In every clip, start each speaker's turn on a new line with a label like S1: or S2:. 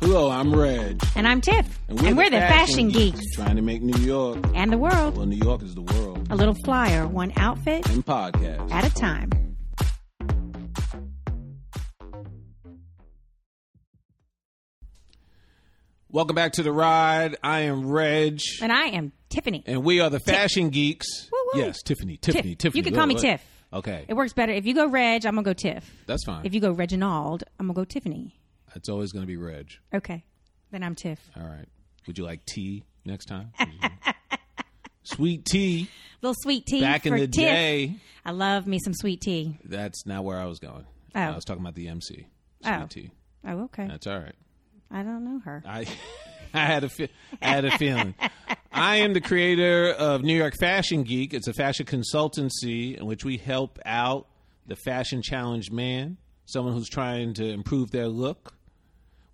S1: Hello, I'm Reg.
S2: And I'm Tiff. And we're, the, fashion, geeks.
S1: Trying to make New York,
S2: and the world
S1: well, New York is the world,
S2: a little flyer, one outfit
S1: in podcast.
S2: at a time.
S1: Welcome back to the ride. I am Reg,
S2: And I am Tiffany.
S1: and we are the fashion geeks.
S2: Woo, woo.
S1: Yes, Tiffany, Tiffany,
S2: Tiff.
S1: Tiffany.
S2: You can call me
S1: Look,
S2: Tiff.
S1: look. Okay,
S2: It works better. If you go Reg, I'm going to go Tiff.
S1: that's fine.
S2: If you go Reginald, I'm going to go Tiffany.
S1: it's always going to be Reg.
S2: Okay. Then I'm Tiff.
S1: All right. Would you like tea next time? Mm-hmm. Sweet tea.
S2: Little sweet tea
S1: Back in
S2: for
S1: the
S2: Tiff.
S1: day,
S2: I love me some sweet tea.
S1: that's not where I was going.
S2: Oh.
S1: I was talking about the MC. Sweet
S2: Oh.
S1: tea.
S2: Oh, okay.
S1: That's all right.
S2: I don't know her.
S1: I I had a fe- I had a feeling. I am the creator of New York Fashion Geek. It's a fashion consultancy in which we help out the fashion challenged man, someone who's trying to improve their look.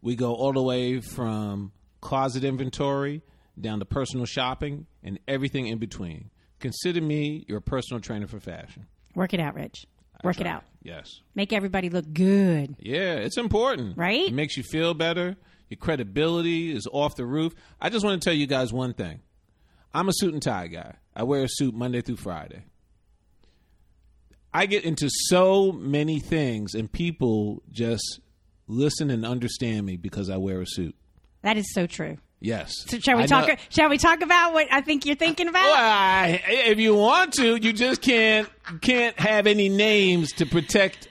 S1: We go all the way from closet inventory down to personal shopping and everything in between. Consider me your personal trainer for fashion.
S2: Work it out, Reg. Work it out.
S1: Yes.
S2: Make everybody look good.
S1: Yeah, it's important.
S2: Right?
S1: It makes you feel better. Your credibility is off the roof. I just want to tell you guys one thing. I'm a suit and tie guy. I wear a suit Monday through Friday. I get into so many things and people just listen and understand me because I wear a suit.
S2: That is so true.
S1: Yes.
S2: So shall we
S1: I
S2: talk?
S1: know-
S2: Shall we talk about what I think you're thinking about?
S1: Well, I- if you want to, you just can't can't have any names to protect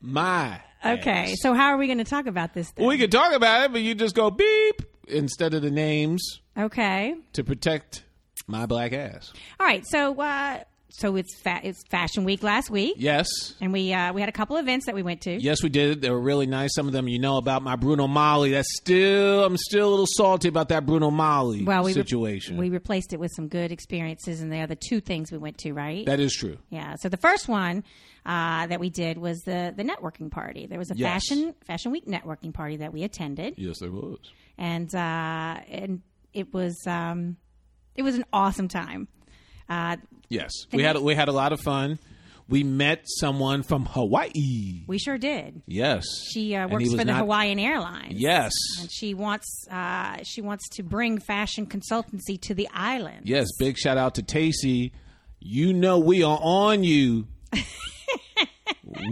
S1: my
S2: Okay,
S1: ass.
S2: so how are we going to talk about this? Then?
S1: We could talk about it, but you just go beep instead of the names
S2: okay,
S1: to protect my black ass.
S2: all right. So, uh, so it's fa- it's Fashion Week last week,
S1: Yes.
S2: and we uh, we had a couple events that we went to.
S1: Yes, we did. They were really nice. Some of them you know about. My Bruno Molly. That's still, I'm still a little salty about that Bruno Molly
S2: Well, we re-
S1: situation.
S2: We replaced it with some good experiences, and they are the two things we went to, right?
S1: that is true.
S2: yeah. So the first one uh, that we did was the the networking party. There was a
S1: Yes.
S2: fashion Fashion Week networking party that we attended,
S1: Yes, there was.
S2: and uh, and it was um, it was an awesome time. Uh,
S1: Yes, we had we had a lot of fun. We met someone from Hawaii.
S2: we sure did.
S1: Yes,
S2: She uh,
S1: And
S2: works
S1: he was
S2: for the
S1: not-
S2: Hawaiian Airlines.
S1: Yes,
S2: And she wants uh, she wants to bring fashion consultancy to the island.
S1: yes. Big shout out to Tacy. You know we are on you.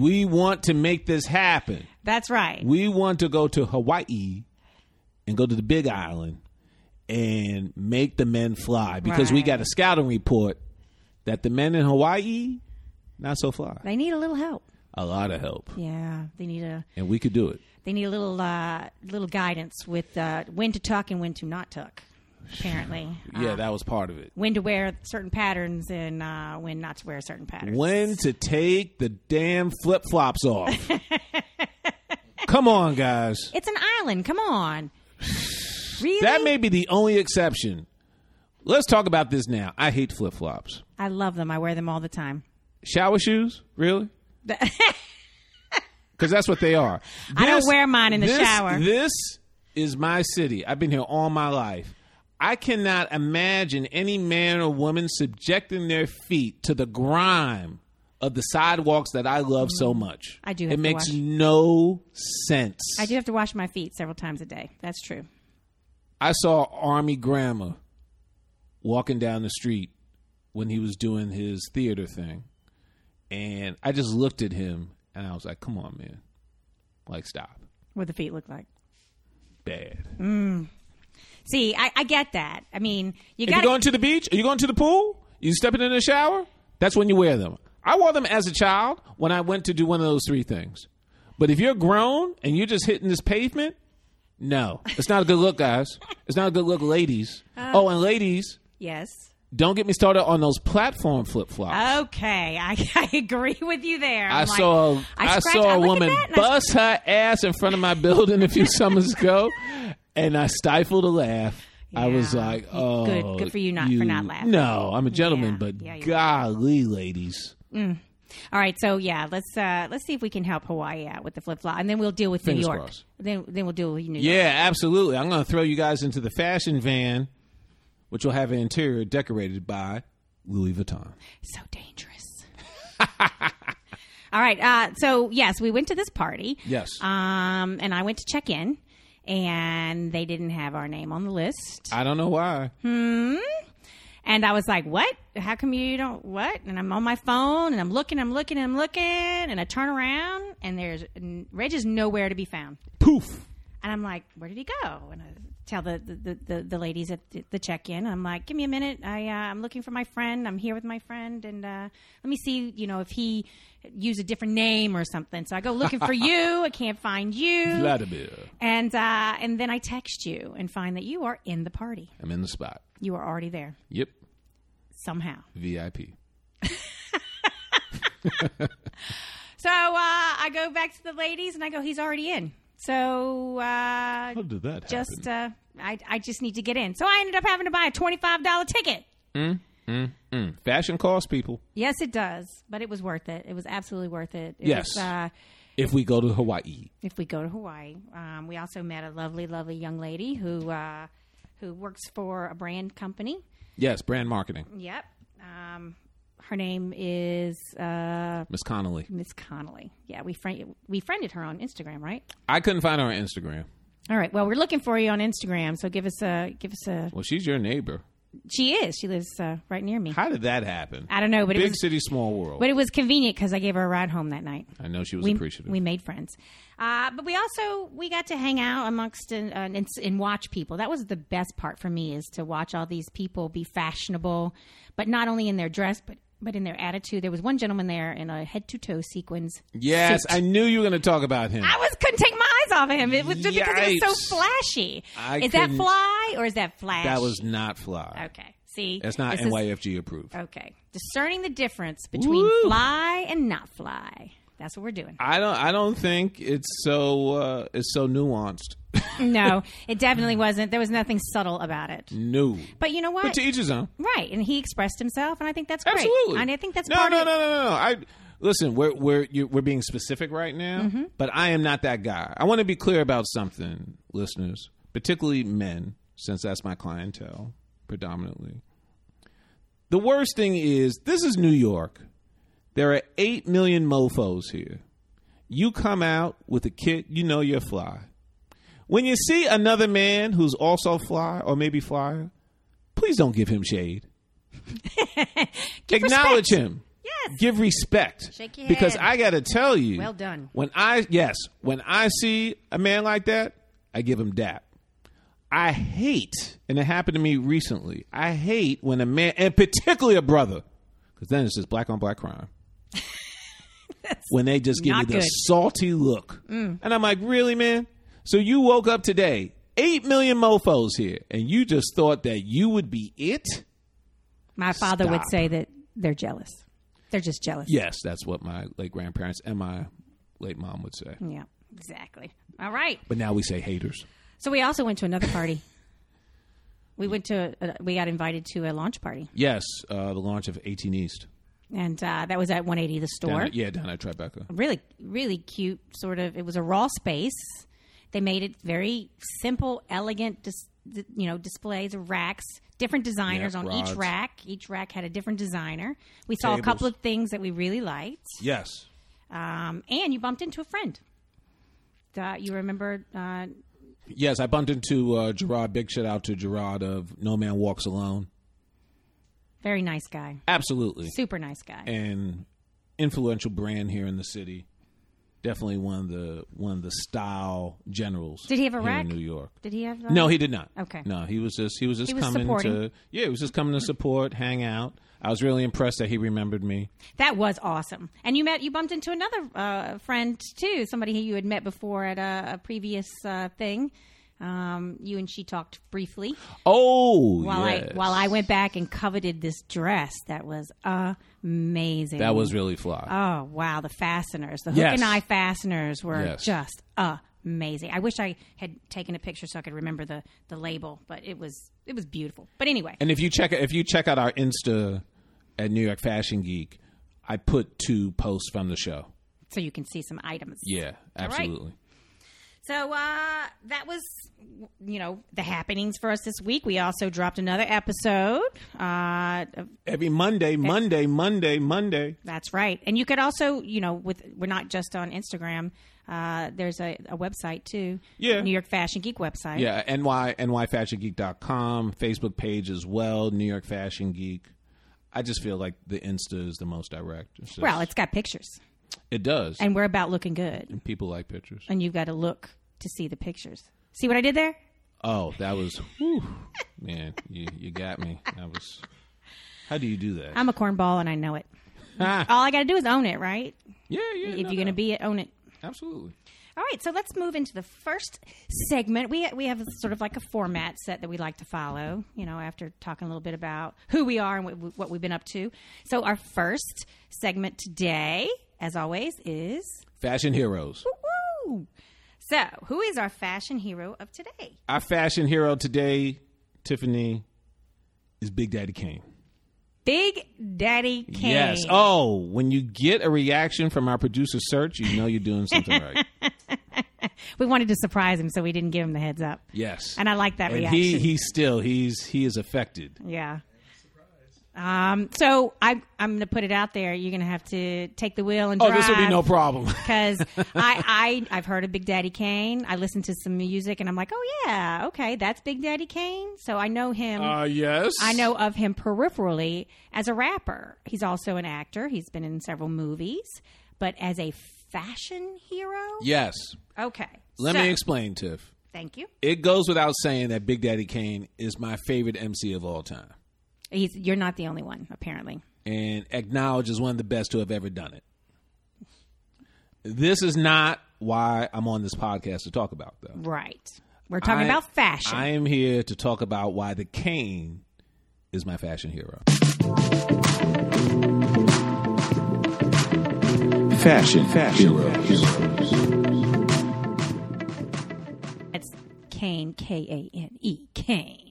S1: we want to make this happen.
S2: That's right.
S1: We want to go to Hawaii and go to the Big Island and make the men fly because we
S2: Right.
S1: got a scouting report that the men in Hawaii not so fly.
S2: They need a little help.
S1: A lot of help,
S2: Yeah, they need a
S1: and we could do it.
S2: they need a little uh, little guidance with uh, when to tuck and when to not tuck. Apparently,
S1: Yeah,
S2: Uh,
S1: that was part of it.
S2: when to wear certain patterns and uh, when not to wear certain patterns.
S1: When to take the damn flip flops off? Come on, guys.
S2: It's an island. Come on. Really?
S1: That may be the only exception. Let's talk about this now. I hate flip flops.
S2: I love them. I wear them all the time.
S1: Shower shoes? Really? Because that's what they are.
S2: I don't wear mine in the
S1: this-
S2: shower.
S1: This is my city. I've been here all my life. I cannot imagine any man or woman subjecting their feet to the grime of the sidewalks that I love so much.
S2: Mm-hmm. I do
S1: It
S2: have to
S1: makes
S2: wash.
S1: no sense.
S2: I do have to wash my feet several times a day. That's true.
S1: I saw Army Grandma walking down the street when he was doing his theater thing. And I just looked at him and I was like, come on, man. Like, stop.
S2: What the feet look like.
S1: Bad.
S2: See, I, I get that. I mean, you
S1: If
S2: got
S1: you're going to the beach, are you going to the pool? You stepping in the shower? That's when you wear them. I wore them as a child when I went to do one of those three things. But if you're grown and you're just hitting this pavement, no. It's not a good look, guys. It's not a good look, ladies. oh, and ladies,
S2: yes.
S1: don't get me started on those platform flip flops.
S2: Okay, I, I agree with you there.
S1: I
S2: Oh, I'm like,
S1: saw I,
S2: scratch-
S1: saw a
S2: look at
S1: woman
S2: that and I-
S1: bust her ass in front of my building a few summers ago, and I stifled a laugh. I was
S2: Yeah.
S1: like,
S2: Good-
S1: "Oh,
S2: good for you not- for not laughing."
S1: No, I'm a gentleman,
S2: Yeah.
S1: but
S2: Yeah, you are.
S1: golly, ladies,
S2: All right, so yeah, let's uh, let's see if we can help Hawaii out with the flip flop, and then we'll deal with
S1: Fingers
S2: New York.
S1: crossed.
S2: Then then we'll deal with New York.
S1: yeah, absolutely. I'm going to throw you guys into the fashion van, which will have an interior decorated by Louis Vuitton.
S2: So dangerous. All right, uh, so yes, we went to this party.
S1: Yes,
S2: Um, and I went to check in, and they didn't have our name on the list.
S1: I don't know why.
S2: hmm. And I was like, what? How come you don't what? And I'm on my phone and I'm looking, I'm looking, I'm looking, and I turn around and there's and Reg is nowhere to be found.
S1: Poof.
S2: And I'm like, where did he go? And I tell the the, the, the, the ladies at the, the check in, I'm like, give me a minute. I, uh, I'm looking for my friend. I'm here with my friend. And uh, let me see, you know, if he used a different name or something. So I go looking for you. I can't find you.
S1: Vladimir.
S2: And, uh, and then I text you and find that you are in the party.
S1: I'm in the spot.
S2: You are already there
S1: Yep.
S2: somehow.
S1: VIP.
S2: So uh, I go back to the ladies and I go, he's already in. So uh,
S1: How did that
S2: just uh, I, I just need to get in. So I ended up having to buy a twenty five dollar ticket.
S1: happen? Fashion costs people.
S2: Yes, it does, but it was worth it. It was absolutely worth it. it
S1: Yes.
S2: was, uh,
S1: If we go to Hawaii,
S2: if we go to Hawaii, um, we also met a lovely, lovely young lady who uh, who works for a brand company.
S1: yes, brand marketing.
S2: Yep. Um, her name is uh,
S1: Miss Connolly.
S2: Miss Connolly. Yeah, we friend we friended her on Instagram, right?
S1: I couldn't find her on Instagram.
S2: All right. Well, we're looking for you on Instagram, so give us a give us a.
S1: Well, she's your neighbor.
S2: She is. She lives uh, right near me.
S1: How did that happen?
S2: I don't know, but it
S1: Big
S2: was
S1: city, small world.
S2: but it was convenient because I gave her a ride home that night.
S1: I know she was
S2: We,
S1: appreciative.
S2: we made friends, uh, but we also we got to hang out amongst and, uh, and, and watch people. That was the best part for me is to watch all these people be fashionable, but not only in their dress, but but in their attitude. There was one gentleman there in a head to toe sequins.
S1: yes, I knew you were going to talk about him.
S2: I was couldn't take my eyes off of him. It was just because it was
S1: Yikes.
S2: so flashy.
S1: I
S2: is that
S1: couldn't-
S2: fly or is that flash?
S1: that was not fly.
S2: Okay. See,
S1: That's not
S2: This is-
S1: NYFG approved.
S2: okay. Discerning the difference between
S1: Woo.
S2: fly and not fly. That's what we're doing.
S1: I don't. I don't think it's so. Uh, it's so nuanced.
S2: No, it definitely wasn't. There was nothing subtle about it.
S1: no.
S2: But you know what?
S1: But to each his own.
S2: right, and he expressed himself, and I think that's great.
S1: Absolutely.
S2: And I think that's
S1: no,
S2: part
S1: no,
S2: of
S1: no, no, no, no. I listen. We're we're you, we're being specific right now,
S2: Mm-hmm.
S1: but I am not that guy. I want to be clear about something, listeners, particularly men, since that's my clientele predominantly. The worst thing is this is New York. There are eight million mofo's here. You come out with a kit, you know you're fly. When you see another man who's also fly or maybe flyer, please don't give him shade acknowledge him.
S2: Yes.
S1: Give respect.
S2: Shake your
S1: because
S2: head.
S1: I got to tell you.
S2: Well done.
S1: When I yes, when I see a man like that, I give him dap. I hate, and it happened to me recently. I hate when a man, and particularly a brother, because then it's just black on black crime. when they just give me
S2: not
S1: the
S2: good. Mm.
S1: salty look, and I'm like, really, man? So you woke up today, eight million mofo's here, and you just thought that you would be it?
S2: My father would
S1: Stop.
S2: say that they're jealous. They're just jealous.
S1: Yes, that's what my late grandparents and my late mom would say.
S2: yeah exactly. All right.
S1: But now we say haters.
S2: So we also went to another party. we went to uh, we got invited to a launch party,
S1: Yes, uh, the launch of 18 East.
S2: and uh, that was at 180 the
S1: Down
S2: store.
S1: at, yeah, down at Tribeca.
S2: Really, really cute. Sort of. It was a raw space. They made it very simple, elegant. Dis- d- you know, displays of racks, different designers
S1: Yeah,
S2: on
S1: rods.
S2: each rack. Each rack had a different designer. We saw a couple
S1: Tables.
S2: of things that we really liked,
S1: Yes.
S2: um, and you bumped into a friend. Uh, you remember uh,
S1: Yes, I bumped into uh, Gerard. Big shout out to Gerard of No Man Walks Alone.
S2: very nice guy,
S1: Absolutely.
S2: super nice guy.
S1: And influential brand here in the city. Definitely one of the one of the style generals.
S2: Did he have a
S1: here
S2: rack?
S1: in New York?
S2: Did he have uh,
S1: No, he did not.
S2: Okay.
S1: No, he was just he was just
S2: He was
S1: coming to
S2: supporting.
S1: yeah, he was just coming to support, hang out. I was really impressed that he remembered me.
S2: That was awesome. And you met, you bumped into another uh, friend too, somebody who you had met before at a, a previous uh, thing. Um, you and she talked briefly
S1: Oh,
S2: while
S1: yes.
S2: I while I went back and coveted this dress that was amazing.
S1: That was really fly.
S2: oh wow, the fasteners, the hook
S1: Yes.
S2: and eye fasteners were
S1: Yes.
S2: just amazing. I wish I had taken a picture so I could remember the the label, but it was it was beautiful. But anyway,
S1: and if you check if you check out our Insta at New York Fashion Geek, I put two posts from the show.
S2: so you can see some items.
S1: Yeah, absolutely.
S2: So uh, that was, you know, the happenings for us this week. We also dropped another episode. Uh, of-
S1: Every Monday, Monday, Monday, Monday.
S2: that's right. And you could also, you know, with we're not just on Instagram. Uh, there's a, a website too.
S1: Yeah.
S2: New York Fashion Geek website.
S1: Yeah, ny nyfashiongeek.com, Facebook page as well, New York Fashion Geek. I just feel like the Insta is the most direct. It's just-
S2: Well, it's got pictures,
S1: it does.
S2: and we're about looking good.
S1: People like pictures.
S2: And you've got to look to see the pictures. See what I did there?
S1: Oh, that was whew, man, you you got me. That was How do you do that?
S2: I'm a cornball, and I know it.
S1: Ah,
S2: All I got to do is own it, right?
S1: yeah, yeah.
S2: if you're going to be it, own it.
S1: Absolutely.
S2: All right, so let's move into the first segment. We we have sort of like a format set that we like to follow. You know, after talking a little bit about who we are and what, what we've been up to. So our first segment today, as always, is
S1: Fashion heroes.
S2: woo. So who is our fashion hero of today?
S1: Our fashion hero today, Tiffany, is Big Daddy Kane.
S2: Big Daddy Kane.
S1: Yes. Oh, when you get a reaction from our producer search, you know you're doing something right.
S2: We wanted to surprise him, so we didn't give him the heads up.
S1: Yes.
S2: And I like that
S1: and
S2: reaction.
S1: he he's still he's he is affected.
S2: Yeah. Um, so I, I'm going to put it out there. You're going to have to take the wheel and
S1: Oh,
S2: drive.
S1: this will be no problem.
S2: because I, I I've heard of Big Daddy Kane. I listened to some music and I'm like, oh yeah, okay, that's Big Daddy Kane. So I know him.
S1: Uh, yes.
S2: I know of him peripherally as a rapper. He's also an actor. He's been in several movies, but as a fashion hero.
S1: Yes.
S2: Okay,
S1: Let
S2: so-
S1: me explain, Tiff.
S2: Thank you.
S1: It goes without saying that Big Daddy Kane is my favorite MC of all time,
S2: He's, you're not the only one, apparently.
S1: and acknowledged as one of the best to have ever done it. This is not why I'm on this podcast to talk about, though.
S2: Right. We're talking
S1: I-
S2: about fashion.
S1: I am here to talk about why the cane is my fashion hero. Fashion, fashion heroes.
S2: That's Kane, K A N E, Kane.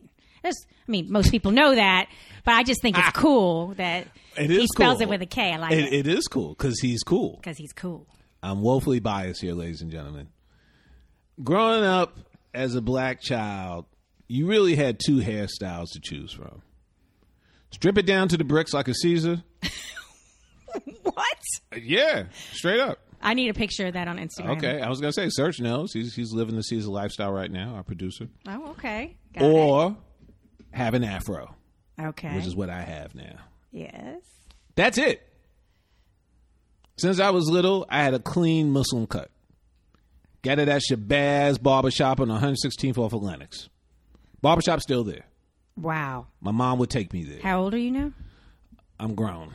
S2: That's, I mean, most people know that, but I just think it's cool that
S1: Ah. It
S2: he
S1: is
S2: spells
S1: cool.
S2: it with a K. I like
S1: It,
S2: it
S1: it is cool because he's cool.
S2: because he's cool.
S1: I'm woefully biased here, ladies and gentlemen. Growing up as a black child, you really had two hairstyles to choose from. Strip it down to the bricks like a Caesar.
S2: What?
S1: Yeah, straight up.
S2: I need a picture of that on Instagram.
S1: Okay, I was gonna say Search knows he's he's living the Caesar lifestyle right now. Our producer,
S2: Oh, okay. Got
S1: or have an afro,
S2: it. okay.
S1: which is what I have now.
S2: yes.
S1: That's it. Since I was little, I had a clean Muslim cut. Got it at Shabazz Barbershop on 116th off of Lennox. Barbershop's still there.
S2: Wow.
S1: My mom would take me there.
S2: How old are you now?
S1: I'm grown.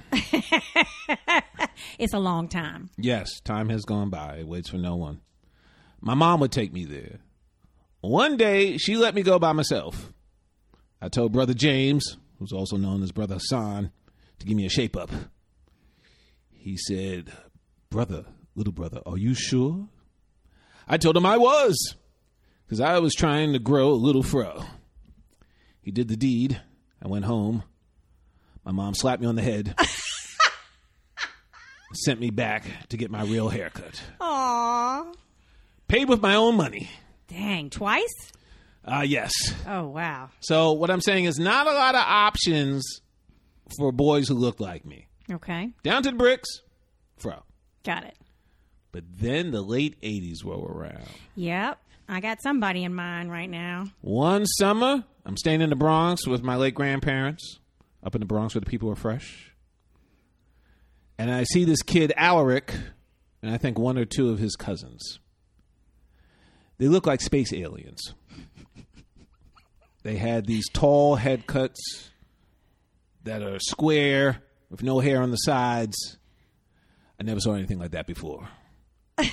S2: It's a long time.
S1: Yes, time has gone by. It waits for no one. My mom would take me there. One day, she let me go by myself. I told Brother James, who's also known as Brother Hassan, to give me a shape up. He said, Brother, little brother, are you sure? I told him I was, because I was trying to grow a little fro. He did the deed. I went home. My mom slapped me on the head sent me back to get my real haircut.
S2: Aw.
S1: Paid with my own money.
S2: Dang, twice?
S1: Ah, yes.
S2: Oh, wow.
S1: So what I'm saying is not a lot of options for boys who look like me.
S2: Okay.
S1: Down to the bricks, fro.
S2: Got it.
S1: But then the late 80s roll around.
S2: Yep. I got somebody in mind right now.
S1: One summer, I'm staying in the Bronx with my late grandparents, up in the Bronx where the people are fresh. And I see this kid, Alaric, and I think one or two of his cousins. They look like space aliens. they had these tall head cuts that are square with no hair on the sides. I never saw anything like that before. I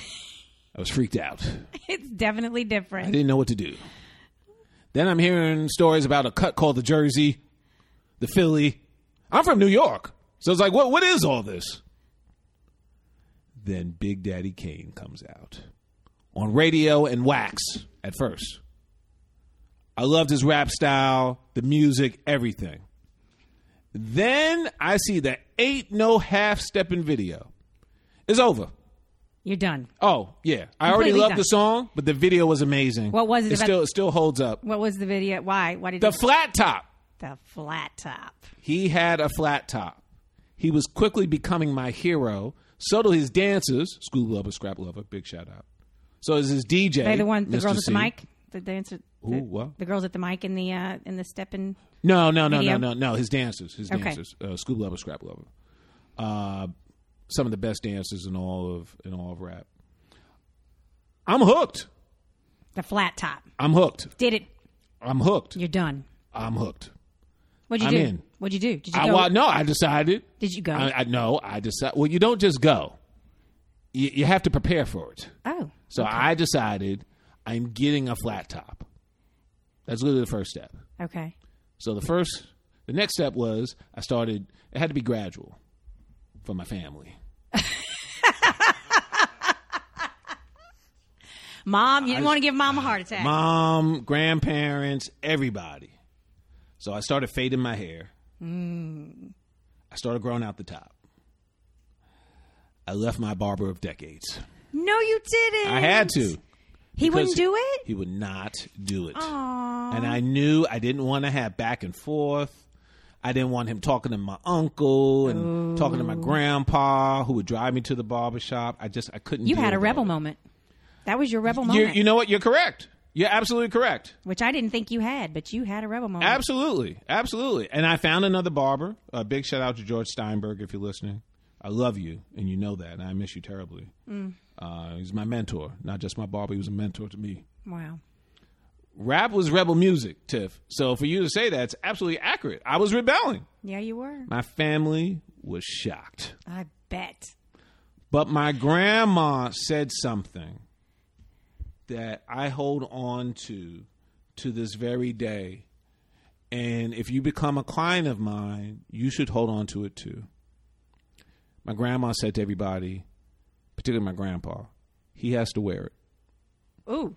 S1: was freaked out.
S2: It's definitely
S1: I
S2: different.
S1: didn't know what to do. Then I'm hearing stories about a cut called the Jersey, the Philly. I'm from New York. So it's like, what what is all this? Then Big Daddy Kane comes out on radio and wax at first. I loved his rap style, the music, everything. Then I see the Ain't No Half Stepping video. It's over.
S2: You're done.
S1: Oh yeah, I already
S2: Completely
S1: loved
S2: done.
S1: the song, but the video was amazing.
S2: What was it
S1: It
S2: about-
S1: still it still holds up.
S2: What was the video? Why? Why did
S1: The
S2: you-
S1: flat top.
S2: the flat top?
S1: He had a flat top. He was quickly becoming my hero. So do his dancers, School Lover, Scrap Lover, big shout out. So is his DJ.
S2: They the one the
S1: Mr.
S2: girls
S1: C.
S2: at the mic. The dancer. the-
S1: Ooh, what?
S2: The girls at the mic in the uh, in the step and
S1: No, no, no,
S2: Video?
S1: no, no, no. His dancers, his
S2: Okay.
S1: dancers, uh, Scoop Lover, Scrap Lover, uh, some of the best dancers in all of in all of rap. I'm hooked.
S2: the flat top.
S1: I'm hooked.
S2: Did it?
S1: I'm hooked.
S2: You're done.
S1: I'm hooked.
S2: What'd you
S1: I'm
S2: do?
S1: in.
S2: What'd you do? Did you
S1: I
S2: go?
S1: wa- no. I decided.
S2: Did you go?
S1: I, I no. I decided. Well, you don't just go. You, you have to prepare for it.
S2: oh,
S1: So I decided I'm getting a flat top. That's literally the first step.
S2: okay.
S1: So the first, the next step was I started. It had to be gradual for my family.
S2: Mom, you didn't want to give mom a heart attack.
S1: Mom, grandparents, everybody. So I started fading my hair.
S2: Mm.
S1: I started growing out the top. I left my barber of decades.
S2: no, you didn't.
S1: I had to.
S2: He
S1: because
S2: wouldn't do it.
S1: He would not do it.
S2: Aw.
S1: And I knew I didn't want to have back and forth. I didn't want him talking to my uncle and talking to my grandpa who would drive me to the barbershop. I just I couldn't
S2: You
S1: deal
S2: had a
S1: with
S2: rebel
S1: all that.
S2: moment. That was your rebel
S1: You
S2: moment,
S1: you know what? You're correct. You're absolutely correct.
S2: which I didn't think you had, but you had a rebel moment.
S1: Absolutely, absolutely. And I found another barber. A big shout out to George Steinberg if you're listening. I love you, and you know that, and I miss you terribly.
S2: Mm.
S1: Uh, he's my mentor, not just my barber. He was a mentor to me.
S2: wow.
S1: Rap was rebel music, Tiff. So for you to say that's absolutely accurate. I was rebelling.
S2: Yeah, you were.
S1: My family was shocked,
S2: I bet.
S1: but my grandma said something that I hold on to to this very day. And if you become a client of mine, you should hold on to it too. My grandma said to everybody, particularly my grandpa, he has to wear it.
S2: Ooh.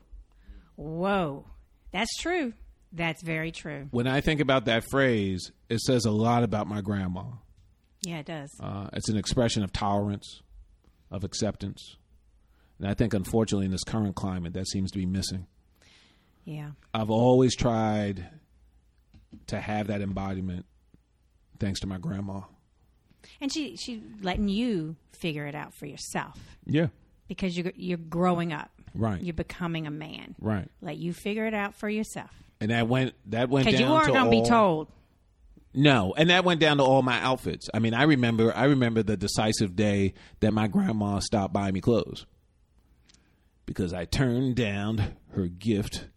S2: Whoa. That's true. That's very true.
S1: When I think about that phrase, it says a lot about my grandma.
S2: Yeah, it does.
S1: Uh, it's an expression of tolerance, of acceptance. And I think, unfortunately, in this current climate, that seems to be missing.
S2: Yeah.
S1: I've always tried to have that embodiment thanks to my grandma.
S2: And she she letting you figure it out for yourself
S1: Yeah.
S2: because you you're growing up.
S1: Right.
S2: You're becoming a man.
S1: Right.
S2: Let you figure it out for yourself.
S1: And that went that went down
S2: Because you aren't
S1: to
S2: going to be
S1: all-
S2: told.
S1: No, and that went down to all my outfits. I mean, I remember I remember the decisive day that my grandma stopped buying me clothes because I turned down her gift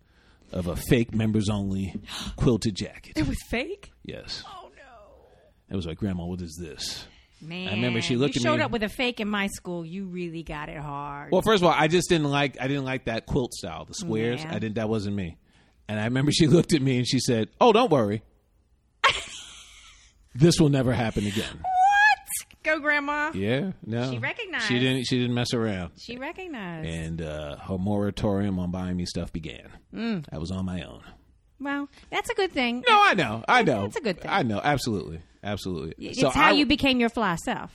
S1: of a fake members only quilted jacket.
S2: was fake?
S1: Yes.
S2: Oh, no.
S1: It was like, Grandma, what is this?
S2: Man.
S1: remember she looked
S2: you
S1: at
S2: showed
S1: me-
S2: up with a fake in my school. You really got it hard.
S1: Well, first of all, I just didn't like I didn't like that quilt style, the squares.
S2: Yeah.
S1: I didn't that wasn't me. And I remember she looked at me and she said, "Oh, don't worry. this will never happen again."
S2: what? Go, Grandma.
S1: Yeah, no.
S2: She recognized.
S1: She didn't she didn't mess around.
S2: She recognized.
S1: And uh, her moratorium on buying me stuff began.
S2: Mm.
S1: I was on my own.
S2: Well, that's a good thing.
S1: No, I know. I know.
S2: that's a good thing.
S1: I know. Absolutely. Absolutely.
S2: It's how you became your fly self.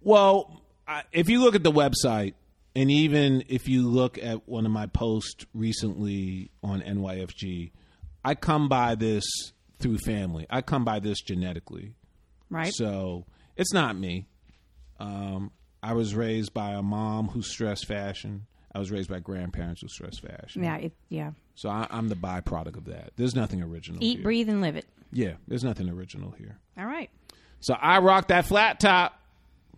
S1: Well, I, if you look at the website, and even if you look at one of my posts recently on NYFG, I come by this through family. I come by this genetically.
S2: Right.
S1: So it's not me. Um, I was raised by a mom who stressed fashion. I was raised by grandparents who stressed fashion.
S2: yeah. It, yeah.
S1: So I, I'm the byproduct of that. There's nothing original.
S2: Eat,
S1: here.
S2: breathe, and live it.
S1: Yeah, there's nothing original here.
S2: All right.
S1: So I rocked that flat top,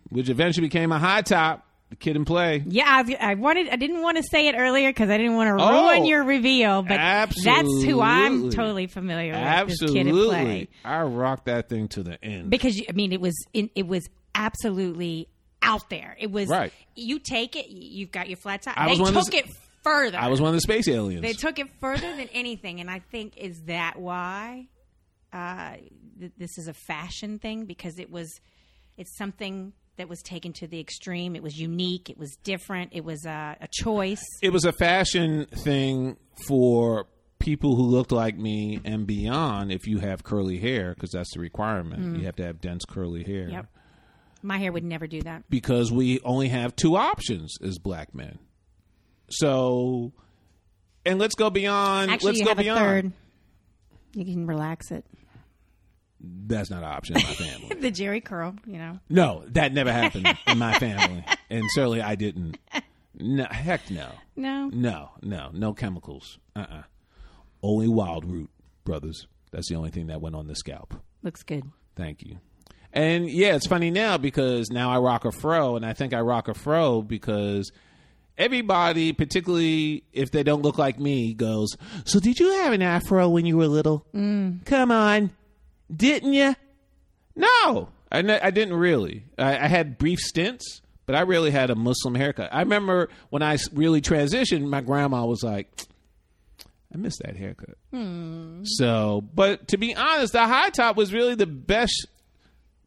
S1: which eventually became a high top. The kid and play.
S2: Yeah, I, was- I wanted. I didn't want to say it earlier because I didn't want to
S1: Oh,
S2: ruin your reveal. But that's who I'm
S1: absolutely.
S2: totally familiar with. This kid at play.
S1: Absolutely, I rocked that thing to the end.
S2: because you- I mean it was in, it was absolutely out there. It was
S1: Right.
S2: You take it. You've got your flat top.
S1: I
S2: they
S1: was one of
S2: took
S1: those-
S2: it further.
S1: I was one of the space aliens.
S2: they took it further than anything, and I think is that why uh, th- this is a fashion thing because it was it's something that was taken to the extreme. It was unique. It was different. It was uh, a choice.
S1: it was a fashion thing for people who looked like me and beyond. If you have curly hair, because that's the requirement, you have to have dense curly hair.
S2: Mm. Yep. My hair would never do that.
S1: because we only have two options as black men. So, and let's go beyond.
S2: Actually,
S1: let's
S2: you
S1: go
S2: have a
S1: beyond.
S2: third. You can relax it.
S1: That's not an option in my family.
S2: The Jerry curl, you know.
S1: no, that never happened in my family, and certainly I didn't. No, heck no,
S2: No.
S1: no, no, no chemicals. Uh, uh Only wild root, brothers. That's the only thing that went on the scalp.
S2: Looks good.
S1: Thank you. And yeah, it's funny now because now I rock a fro, and I think I rock a fro because everybody, particularly if they don't look like me, goes, So did you have an afro when you were little? Mm. Come on. Didn't you? No, I, ne- I didn't really. I, I had brief stints, but I really had a Muslim haircut. I remember when I s- really transitioned, my grandma was like, I miss that haircut. So, but to be honest, the high top was really the best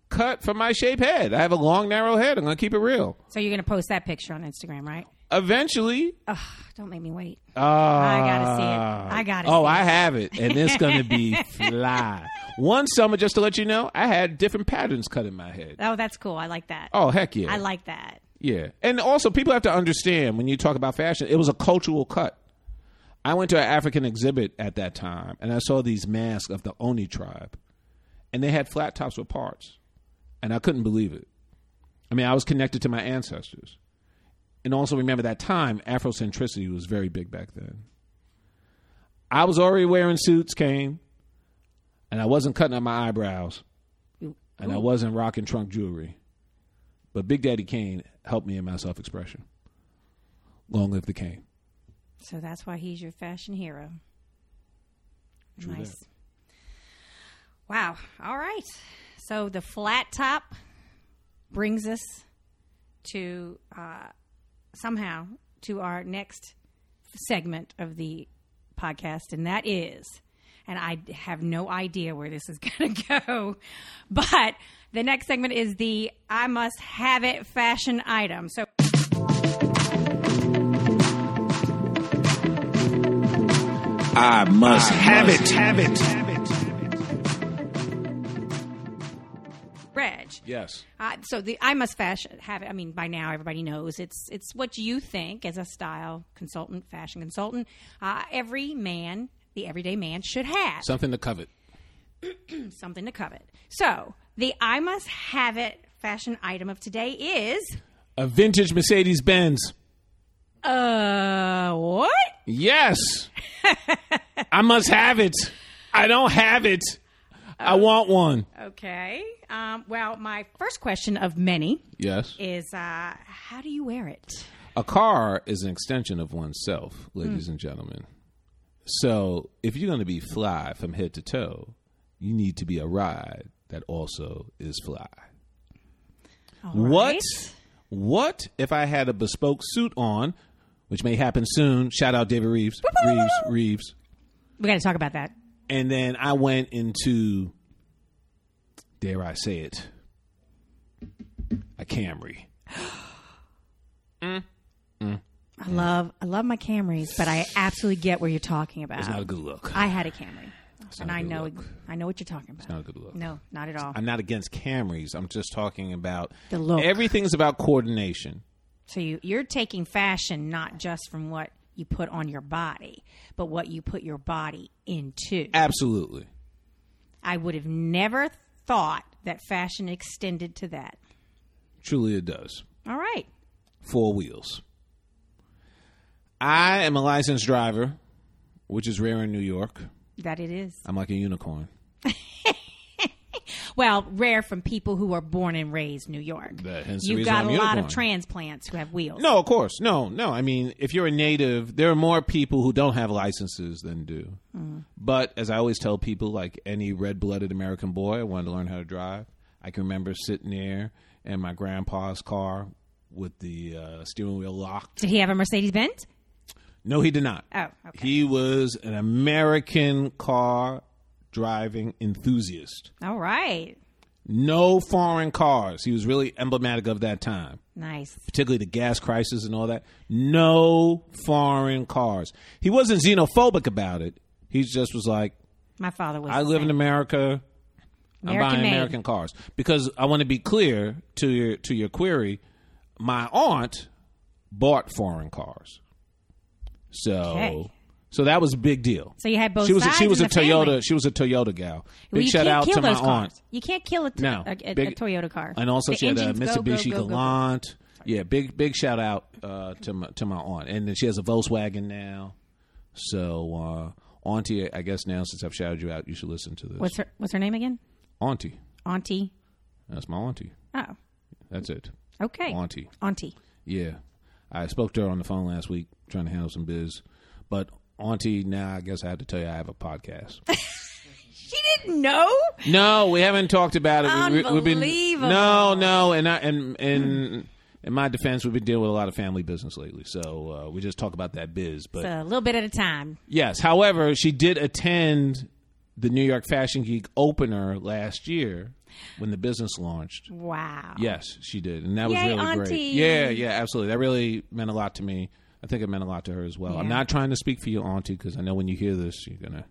S1: cut for my shape head. I have a long, narrow head. I'm going to keep it real.
S2: So you're going to post that picture on Instagram, right?
S1: Eventually,
S2: Ugh, don't make me wait.
S1: uh,
S2: gotta see it. I gotta
S1: Oh,
S2: see
S1: I have it, and it's going to be fly. One summer, just to let you know, I had different patterns cut in my head.
S2: Oh, that's cool. I like that.
S1: Oh heck yeah,
S2: I like that.
S1: yeah. And also, people have to understand when you talk about fashion, it was a cultural cut. I went to an African exhibit at that time, and I saw these masks of the Oni tribe, and they had flat tops with parts, and I couldn't believe it. I mean, I was connected to my ancestors, and also remember that time Afrocentricity was very big back then. I was already wearing suits, Kane, and I wasn't cutting up my eyebrows, and I wasn't rocking trunk jewelry. But Big Daddy Kane helped me in my self expression. Long live the Kane.
S2: So that's why he's your fashion hero. nice. Wow. All right. So the flat top brings us to uh, somehow to our next segment of the podcast, and that is, and I have no idea where this is going to go, but the next segment is the I must have it fashion item. So
S1: I must have it. Have it.
S2: Reg.
S1: Yes.
S2: Uh, so the I must fashion have. I mean, by now everybody knows it's it's what you think as a style consultant, fashion consultant. Uh, every man, the everyday man, should have
S1: Something to covet.
S2: something to covet. So the I must have it fashion item of today is
S1: A vintage Mercedes Benz.
S2: uh what?
S1: Yes. I must have it. I don't have it. I want one.
S2: Okay. Um, well, my first question of many
S1: Yes.
S2: is uh, how do you wear it?
S1: A car is an extension of oneself, ladies and gentlemen. So if you're going to be fly from head to toe, you need to be a ride that also is fly.
S2: All
S1: What?
S2: right.
S1: What if I had a bespoke suit on, which may happen soon? Shout out David Reeves, Reeves, Reeves.
S2: We got to talk about that.
S1: And then I went into, dare I say it, a Camry.
S2: I love I love my Camrys, but I absolutely get where you're talking about.
S1: It's not a good look.
S2: I had a Camry, and
S1: not a
S2: I
S1: good
S2: know
S1: look.
S2: I know what you're talking about.
S1: Not a good look.
S2: no, not at all.
S1: I'm not against Camrys. I'm just talking about
S2: The look.
S1: Everything's about coordination.
S2: so you you're taking fashion not just from what you put on your body, but what you put your body into.
S1: Absolutely.
S2: I would have never thought that fashion extended to that.
S1: Truly, it does.
S2: All right.
S1: Four wheels. I am a licensed driver, which is rare in New York.
S2: That it is.
S1: I'm like a unicorn.
S2: Well, rare from people who are born and raised New York.
S1: That- hence the
S2: You've
S1: reason
S2: got
S1: I'm
S2: a lot of
S1: unicorn.
S2: transplants who have wheels.
S1: No, of course. No, no. I mean, if you're a native, there are more people who don't have licenses than do.
S2: Mm.
S1: But as I always tell people, like any red blooded American boy, I wanted to learn how to drive. I can remember sitting there in my grandpa's car with the uh, steering wheel locked.
S2: Did he have a Mercedes Benz?
S1: No, he did not.
S2: Oh, okay.
S1: He was an American car driving enthusiast.
S2: All right.
S1: No foreign cars. He was really emblematic of that time
S2: Nice.
S1: particularly the gas crisis and all that. No foreign cars. He wasn't xenophobic about it. He just was like,
S2: My father was.
S1: I
S2: the
S1: live in
S2: same.
S1: America. I'm
S2: American
S1: buying
S2: made.
S1: American cars because I want to be clear to your to your query. My aunt bought foreign cars, so
S2: Okay.
S1: so that was a big deal.
S2: So you had both
S1: She was a,
S2: sides
S1: she was
S2: in
S1: a
S2: the
S1: Toyota.
S2: family.
S1: She was a Toyota gal.
S2: Well,
S1: Big
S2: you
S1: shout
S2: can't
S1: out
S2: kill
S1: to my
S2: those cars.
S1: aunt.
S2: You can't kill a, to-
S1: No,
S2: a, a-
S1: big-
S2: a Toyota car.
S1: And also
S2: The
S1: she had a
S2: engines go, go,
S1: Mitsubishi
S2: go, go, go.
S1: Galant. Yeah, big big shout out uh, to my to my aunt. And then she has a Volkswagen now. So uh, Auntie, I guess now since I've shouted you out, you should listen to this.
S2: What's her What's her name again?
S1: Auntie,
S2: Auntie.
S1: that's my auntie.
S2: Oh,
S1: That's it,
S2: okay.
S1: Auntie.
S2: Auntie.
S1: Yeah, I spoke to her on the phone last week trying to handle some biz, but Auntie, now I guess I have to tell you I have a podcast.
S2: She didn't know.
S1: No, we haven't talked about it. We- we- We've been,
S2: Unbelievable.
S1: no, no, and I, and and in my defense, we've been dealing with a lot of family business lately, so uh, we just talk about that biz. But
S2: So a little bit at a time.
S1: yes, however, she did attend the New York Fashion Geek opener last year when the business launched.
S2: Wow.
S1: Yes, she did, and that was
S2: Yay,
S1: really
S2: Auntie.
S1: great. Yeah, yeah, absolutely. That really meant a lot to me. I think it meant a lot to her as well. I'm
S2: Yeah.
S1: not trying to speak for you, Auntie, because I know when you hear this, you're gonna,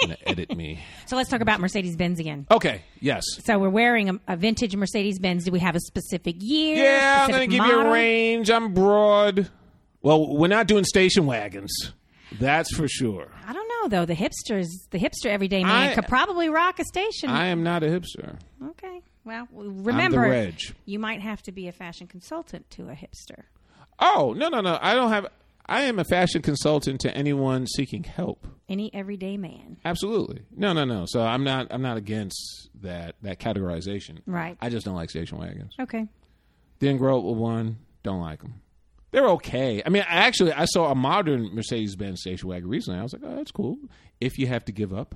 S1: gonna edit me.
S2: So let's talk about Mercedes Benz again.
S1: Okay. Yes.
S2: So we're wearing a, a vintage Mercedes Benz. Do we have a specific year?
S1: Yeah, I'm going
S2: specific
S1: to give you a
S2: model?
S1: range. I'm broad. Well, we're not doing station wagons. That's for sure.
S2: I don't know though. The hipsters, the hipster everyday man
S1: I-
S2: could probably rock a station.
S1: I am not a hipster.
S2: okay. Well,
S1: I'm the
S2: remember,
S1: reg.
S2: you might have to be a fashion consultant to a hipster.
S1: Oh, no, no, no. I don't have. I am a fashion consultant to anyone seeking help.
S2: Any everyday man.
S1: Absolutely. No, no, no. So I'm not. I'm not against that that categorization.
S2: Right.
S1: I just don't like station wagons.
S2: Okay.
S1: Didn't grow up with one. Don't like them. They're okay. I mean, I actually, I saw a modern Mercedes Benz station wagon recently. I was like, oh, that's cool. If you have to give up,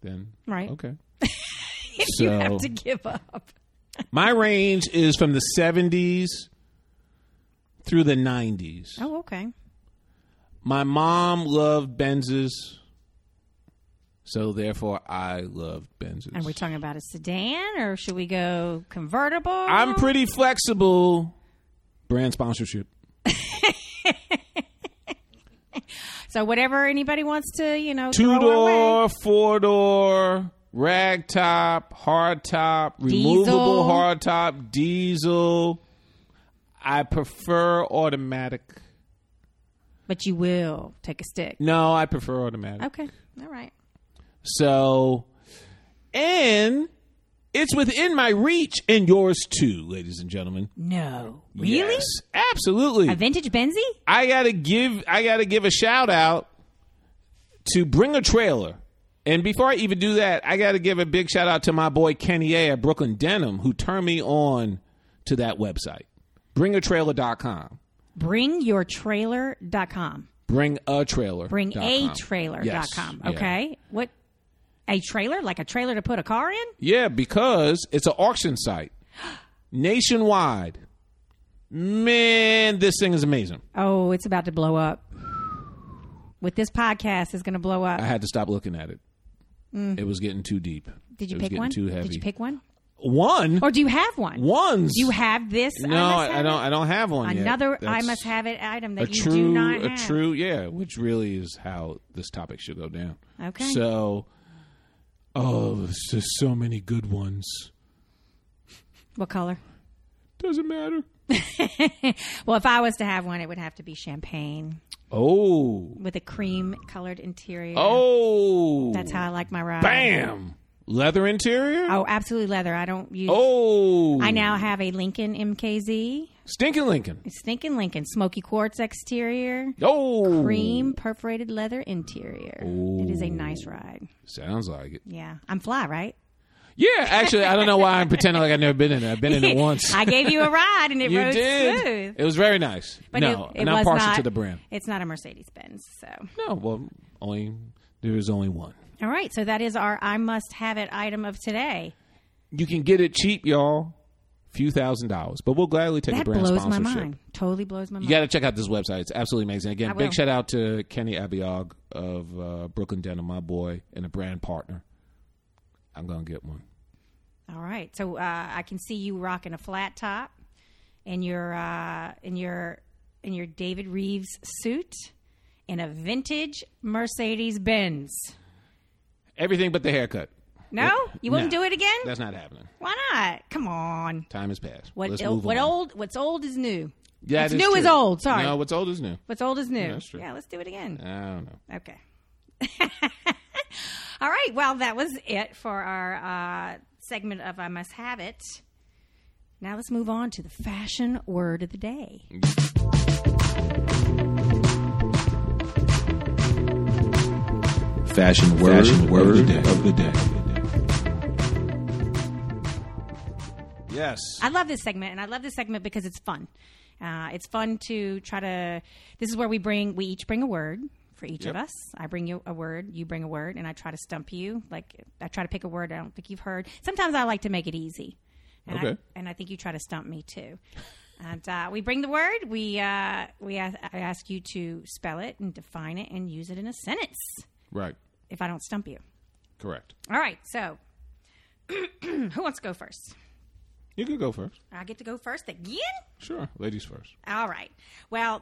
S1: then
S2: Right.
S1: okay. Oh.
S2: you have
S1: So-
S2: to give up.
S1: My range is from the 70s through the 90s.
S2: Oh, okay.
S1: My mom loved Benzes, so therefore I loved Benzes.
S2: And we're talking about a sedan, or should we go convertible?
S1: I'm pretty flexible. Brand sponsorship.
S2: so whatever anybody wants to, you know,
S1: Two
S2: throw our way.
S1: door, four door, rag top, hard top, removable
S2: Diesel.
S1: hard top, diesel. I prefer automatic.
S2: but you will take a stick.
S1: No, I prefer automatic.
S2: Okay, all right.
S1: So, and it's within my reach and yours too, ladies and gentlemen.
S2: No, really,
S1: Yes, absolutely.
S2: a vintage Benzie?
S1: I gotta give I gotta give a shout out to bring a trailer. And before I even do that, I gotta give a big shout out to my boy Kenny A at Brooklyn Denim who turned me on to that website. Bringatrailer.com.
S2: Bringyourtrailer.com.
S1: Bring a trailer.
S2: Bring a
S1: Yes.
S2: trailer.com.
S1: Yeah.
S2: Okay, what? A trailer, like a trailer to put a car in?
S1: Yeah, because it's an auction site nationwide. Man, this thing is amazing.
S2: Oh, it's about to blow up. With this podcast, is going to blow up.
S1: I had to stop looking at it. It was getting too deep.
S2: Mm. Did you
S1: it was
S2: pick
S1: getting
S2: one?
S1: Too heavy.
S2: Did you pick one,
S1: one?
S2: or do you have one?
S1: Ones.
S2: Do you have this? I
S1: no, I,
S2: must
S1: I
S2: have
S1: don't.
S2: it?
S1: I don't have one. yet.
S2: Another I
S1: That's
S2: must have it item
S1: A
S2: that you
S1: true,
S2: do not
S1: a
S2: have.
S1: true, yeah. Which really is how this topic should go down.
S2: Okay.
S1: So, oh, there's just so many good ones.
S2: What color?
S1: Doesn't matter.
S2: Well, if I was to have one, it would have to be champagne
S1: Oh,
S2: with a cream colored interior.
S1: oh,
S2: That's how I like my ride.
S1: Bam! Leather interior.
S2: Oh, absolutely leather. I don't use.
S1: Oh,
S2: I now have a Lincoln MKZ,
S1: Stinking Lincoln.
S2: a stinking Lincoln, smoky quartz exterior,
S1: Oh,
S2: cream perforated leather interior. It is a nice ride.
S1: Sounds like it.
S2: Yeah, I'm fly, right?
S1: Yeah, actually, I don't know why I'm pretending like I've never been in it. I've been in it once.
S2: I gave you a ride and it
S1: you
S2: rode
S1: did.
S2: smooth.
S1: It was very nice.
S2: But
S1: no,
S2: it, it
S1: and I'm
S2: was
S1: partial
S2: not,
S1: to the brand.
S2: It's not a Mercedes Benz, so.
S1: No, well, only there is only one.
S2: All right, so that is our I must have it item of today.
S1: You can get it cheap, y'all. Few thousand dollars, but we'll gladly take a
S2: That
S1: brand
S2: blows my
S1: sponsorship.
S2: mind. Totally blows my
S1: You
S2: mind.
S1: got to check out this website; it's absolutely amazing. Again,
S2: will.
S1: big shout out to Kenny Abiog of uh, Brooklyn Denim, my boy, and a brand partner. I'm gonna get one.
S2: All right, so uh, I can see you rocking a flat top in your uh, in your in your David Reeves suit in a vintage Mercedes Benz.
S1: Everything but the haircut.
S2: No, you won't
S1: No.
S2: do it again.
S1: That's not happening.
S2: Why not? Come on.
S1: Time has passed.
S2: What
S1: Let's
S2: il-
S1: move
S2: what
S1: on.
S2: old? What's old is new.
S1: Yeah,
S2: what's
S1: it
S2: new is
S1: true.
S2: old, sorry.
S1: No, what's old is new.
S2: What's old is new.
S1: that's true.
S2: Yeah, let's do it again.
S1: I don't know.
S2: Okay. All right. Well, that was it for our uh, segment of I Must Have It. Now let's move on to the fashion word of the day.
S1: Fashion word, of, the day. Yes.
S2: I love this segment, and I love this segment because it's fun. Uh, it's fun to try to. This is where we bring. We each bring a word for each of
S1: Yep.
S2: us. I bring you a word. You bring a word, and I try to stump you. Like I try to pick a word I don't think you've heard. Sometimes I like to make it easy. And I,
S1: Okay.
S2: and I think you try to stump me too. And uh, we bring the word. We uh, we ask, I ask you to spell it and define it and use it in a sentence.
S1: right.
S2: If I don't stump you,
S1: Correct.
S2: all right. So, who wants to go first?
S1: You could go first.
S2: I get to go first again.
S1: Sure. Ladies first.
S2: All right. Well,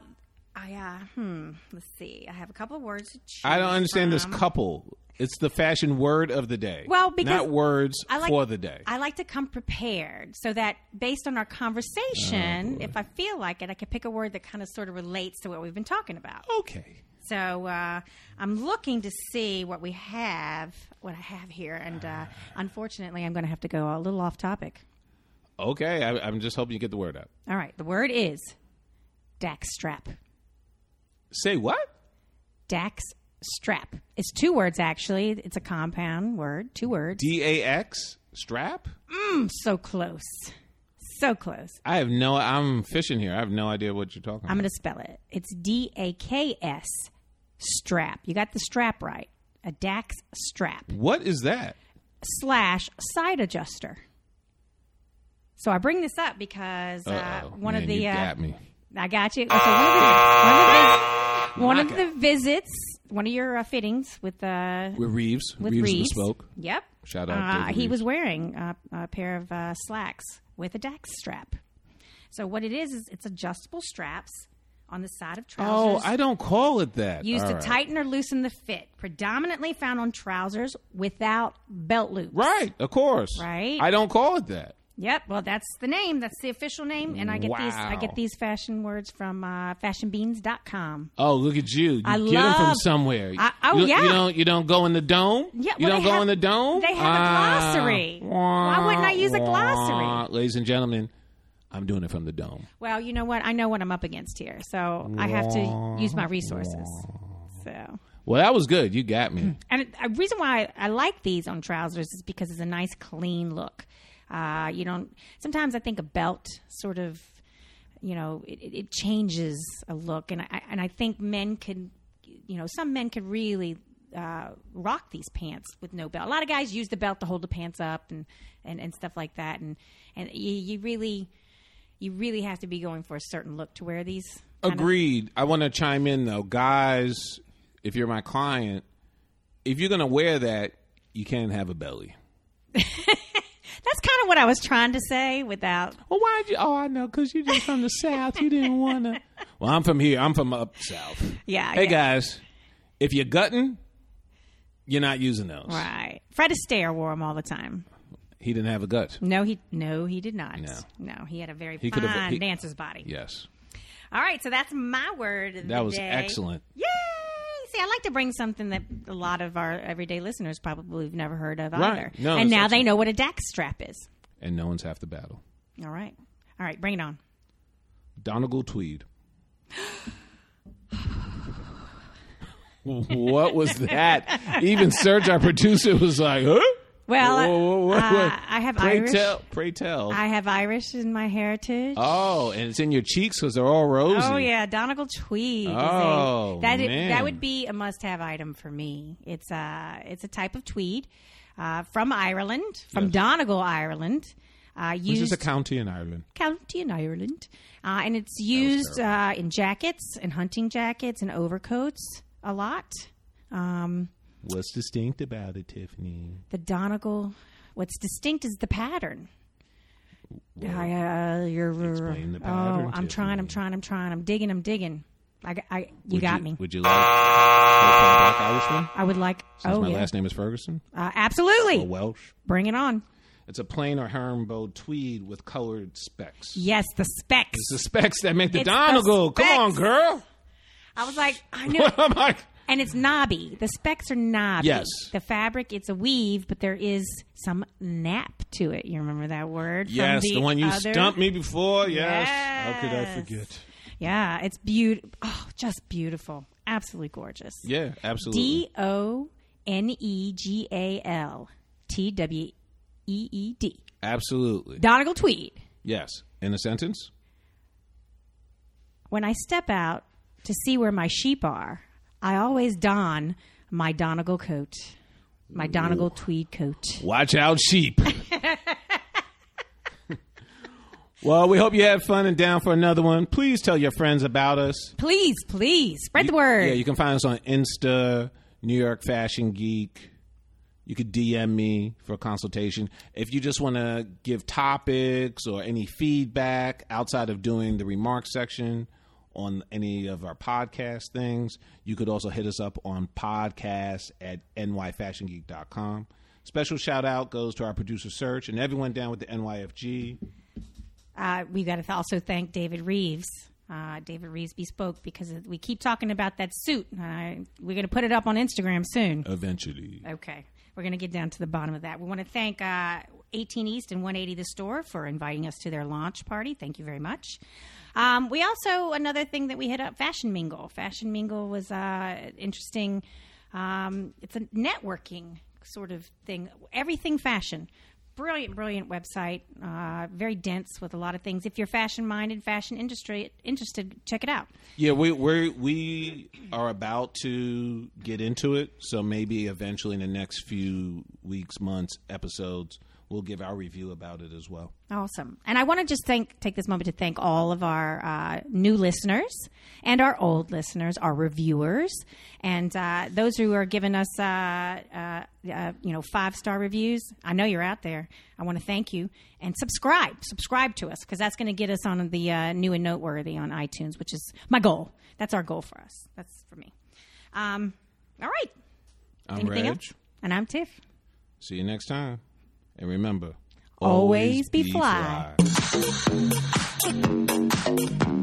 S2: I uh, hmm. Let's see. I have a couple of words. To choose
S1: I don't understand this
S2: from.
S1: couple. It's the fashion word of the day.
S2: Um, Well, because
S1: not words
S2: I like-
S1: for the day.
S2: I like to come prepared so that based on our
S1: Oh,
S2: conversation, if I feel like it, I can pick a word that kind of sort of relates to what we've been talking about.
S1: okay.
S2: So uh, I'm looking to see what we have, what I have here, and uh, unfortunately, I'm going to have to go a little off topic.
S1: Okay. I, I'm just hoping you get the word out.
S2: All right. The word is dax strap.
S1: Say what?
S2: Dax strap. It's two words actually. It's a compound word. Two words.
S1: D A X strap?
S2: So close. So close.
S1: I have no. I'm fishing here. I have no idea what you're talking
S2: I'm
S1: about.
S2: going to spell it. It's D A K S strap. You got the strap right. A DAX strap
S1: What is that?
S2: slash side adjuster. So I bring this up because uh,
S1: Uh-oh.
S2: one of
S1: Man,
S2: the
S1: you
S2: uh,
S1: got me.
S2: I got you. Okay, one of the, one of the, vis- one of the visits, one of your uh, fittings with uh,
S1: With Reeves.
S2: with
S1: Reeves,
S2: Reeves.
S1: bespoke.
S2: Yep.
S1: Shout out
S2: Uh,
S1: David
S2: he
S1: Reeves.
S2: was wearing a, a pair of uh, slacks with a Dax strap. So what it is is it's adjustable straps on the side of
S1: Oh,
S2: trousers.
S1: I don't call it that.
S2: Used
S1: All
S2: to
S1: right.
S2: tighten or loosen the fit, predominantly found on trousers without belt loops.
S1: Right, of course.
S2: Right?
S1: I don't call it that.
S2: Yep. Well, that's the name. That's the official name. And I get these. I
S1: Wow.
S2: get these fashion words from uh, fashionbeans.com.
S1: Oh, look at you! You
S2: I
S1: get them from
S2: love-
S1: somewhere.
S2: I- oh,
S1: you,
S2: yeah.
S1: You don't. You don't go in the dome.
S2: Yeah,
S1: you
S2: well,
S1: don't
S2: they
S1: go
S2: have-
S1: in the dome.
S2: they have a
S1: Ah,
S2: glossary.
S1: wah,
S2: Why wouldn't I use a
S1: wah.
S2: glossary?
S1: ladies and gentlemen? I'm doing it from the dome.
S2: Well, you know what? I know what I'm up against here, so I have to use my resources. So.
S1: Well, that was good. You got me.
S2: And it- a reason why I like these on trousers is because it's a nice, clean look. Uh, you don't. Sometimes I think a belt sort of, you know, it, it it changes a look, and I and I think men could, you know, some men could really uh, rock these pants with no belt. A lot of guys use the belt to hold the pants up and and, and stuff like that, and and you, you really, you really have to be going for a certain look to wear these. kind of-
S1: Agreed. I want to chime in though, guys. If you're my client, if you're gonna wear that, you can't have a belly.
S2: That's kind of what I was trying to say without
S1: Well, why would you? Oh, I know, because you're just from the south. You didn't want to. Well, I'm from here. I'm from up south.
S2: Yeah,
S1: Hey
S2: yeah.
S1: guys, if you're gutting, you're not using those.
S2: Right. Fred Astaire wore them all the time.
S1: He didn't have a gut.
S2: No, he no, he did not.
S1: No.
S2: he had a very
S1: He could have-
S2: fine
S1: he-
S2: dancer's body.
S1: Yes,
S2: All right, so that's my word. Of
S1: that
S2: the
S1: was
S2: day.
S1: excellent.
S2: Yay! See, I like to bring something that a lot of our everyday listeners probably have never heard of either,
S1: No,
S2: and
S1: it's
S2: now they
S1: excellent.
S2: know what a Dax strap is.
S1: And no one's half the battle.
S2: All right, all right, bring it on.
S1: Donegal Tweed. what was that? Even Serge, our producer, was like, "Huh?
S2: Well,
S1: Whoa, whoa, whoa,
S2: uh,
S1: whoa.
S2: I have
S1: pray
S2: Irish.
S1: tell, pray tell."
S2: I have Irish in my heritage.
S1: oh, and it's in your cheeks because they're all rosy.
S2: Oh yeah, Donegal tweed. is a-
S1: Oh,
S2: that i-
S1: man.
S2: that would be a must-have item for me. It's a it's a type of tweed uh, from Ireland, from Donegal, Ireland. Uh,
S1: Which
S2: used
S1: is a county in Ireland.
S2: county in Ireland, uh, and it's used uh, in jackets and hunting jackets and overcoats a lot. Um,
S1: What's distinct about it, Tiffany?
S2: the Donegal. What's distinct is the pattern. I, uh, you're,
S1: explain the
S2: oh,
S1: pattern,
S2: I'm trying, I'm
S1: Tiffany.
S2: trying, I'm trying. I'm digging, I'm digging. I, g- I- you
S1: Would
S2: got me.
S1: Would you like to hear from Black Irishman? Ferguson?
S2: I would like.
S1: Since
S2: oh
S1: my
S2: yeah,
S1: last name Oh, is Ferguson
S2: uh,
S1: or
S2: absolutely.
S1: Welsh.
S2: Bring it on.
S1: It's a plain or herringbone tweed with colored specks.
S2: Yes, the specs.
S1: It's the specs that make the
S2: It's the
S1: Donald go. Come on,
S2: specs."
S1: girl.
S2: I was like, I knew.
S1: I'm like,
S2: and it's knobby. The specs are knobby.
S1: Yes.
S2: The fabric, it's a weave, but there is some nap to it. You remember that word? from
S1: yes, the, one you
S2: other-
S1: stumped me before. Yes. How could I
S2: Yes.
S1: forget?
S2: Yeah, it's beautiful. Oh, just beautiful. Absolutely gorgeous.
S1: Yeah, absolutely.
S2: D O N E G A L T W E E D.
S1: absolutely.
S2: Donegal Tweed.
S1: Yes. In a sentence?
S2: When I step out to see where my sheep are, I always don my Donegal coat, my Donegal Tweed coat.
S1: Watch out, sheep. well, we hope you had fun and down for another one. Please tell your friends about us.
S2: Please, please spread the word.
S1: Yeah, you can find us on Insta, New York Fashion Geek. You could DM me for a consultation. If you just want to give topics or any feedback outside of doing the remarks section on any of our podcast things, you could also hit us up on podcast at nyfashiongeek.com. Special shout out goes to our producer, Search, and everyone down with the NYFG.
S2: Uh, we got to also thank David Reeves. Uh, David Reeves bespoke because we keep talking about that suit. Uh, we're going to put it up on Instagram soon.
S1: Eventually.
S2: Okay. We're going to get down to the bottom of that. We want to thank uh, 18 East and 180 The Store for inviting us to their launch party. Thank you very much. Um, we also, another thing that we hit up, Fashion Mingle. Fashion Mingle was uh, interesting. Um, it's a networking sort of thing, everything fashion. Brilliant, brilliant website. Uh, very dense with a lot of things. If you're fashion minded, fashion industry interested, check it out.
S1: Yeah, we we we are about to get into it, so maybe eventually in the next few weeks, months, episodes, we'll give our review about it as well.
S2: Awesome. And I want to just thank, take this moment to thank all of our uh, new listeners and our old listeners, our reviewers, and uh, those who are giving us, uh, uh, uh, you know, five star reviews. I know you're out there. I want to thank you and subscribe, subscribe to us because that's going to get us on the uh, new and noteworthy on iTunes, which is my goal. That's our goal for us. That's for me. Um, all right.
S1: I'm
S2: Anything
S1: Reg.
S2: else? And I'm Tiff.
S1: See you next time, and remember,
S2: Always be fly.
S1: fly.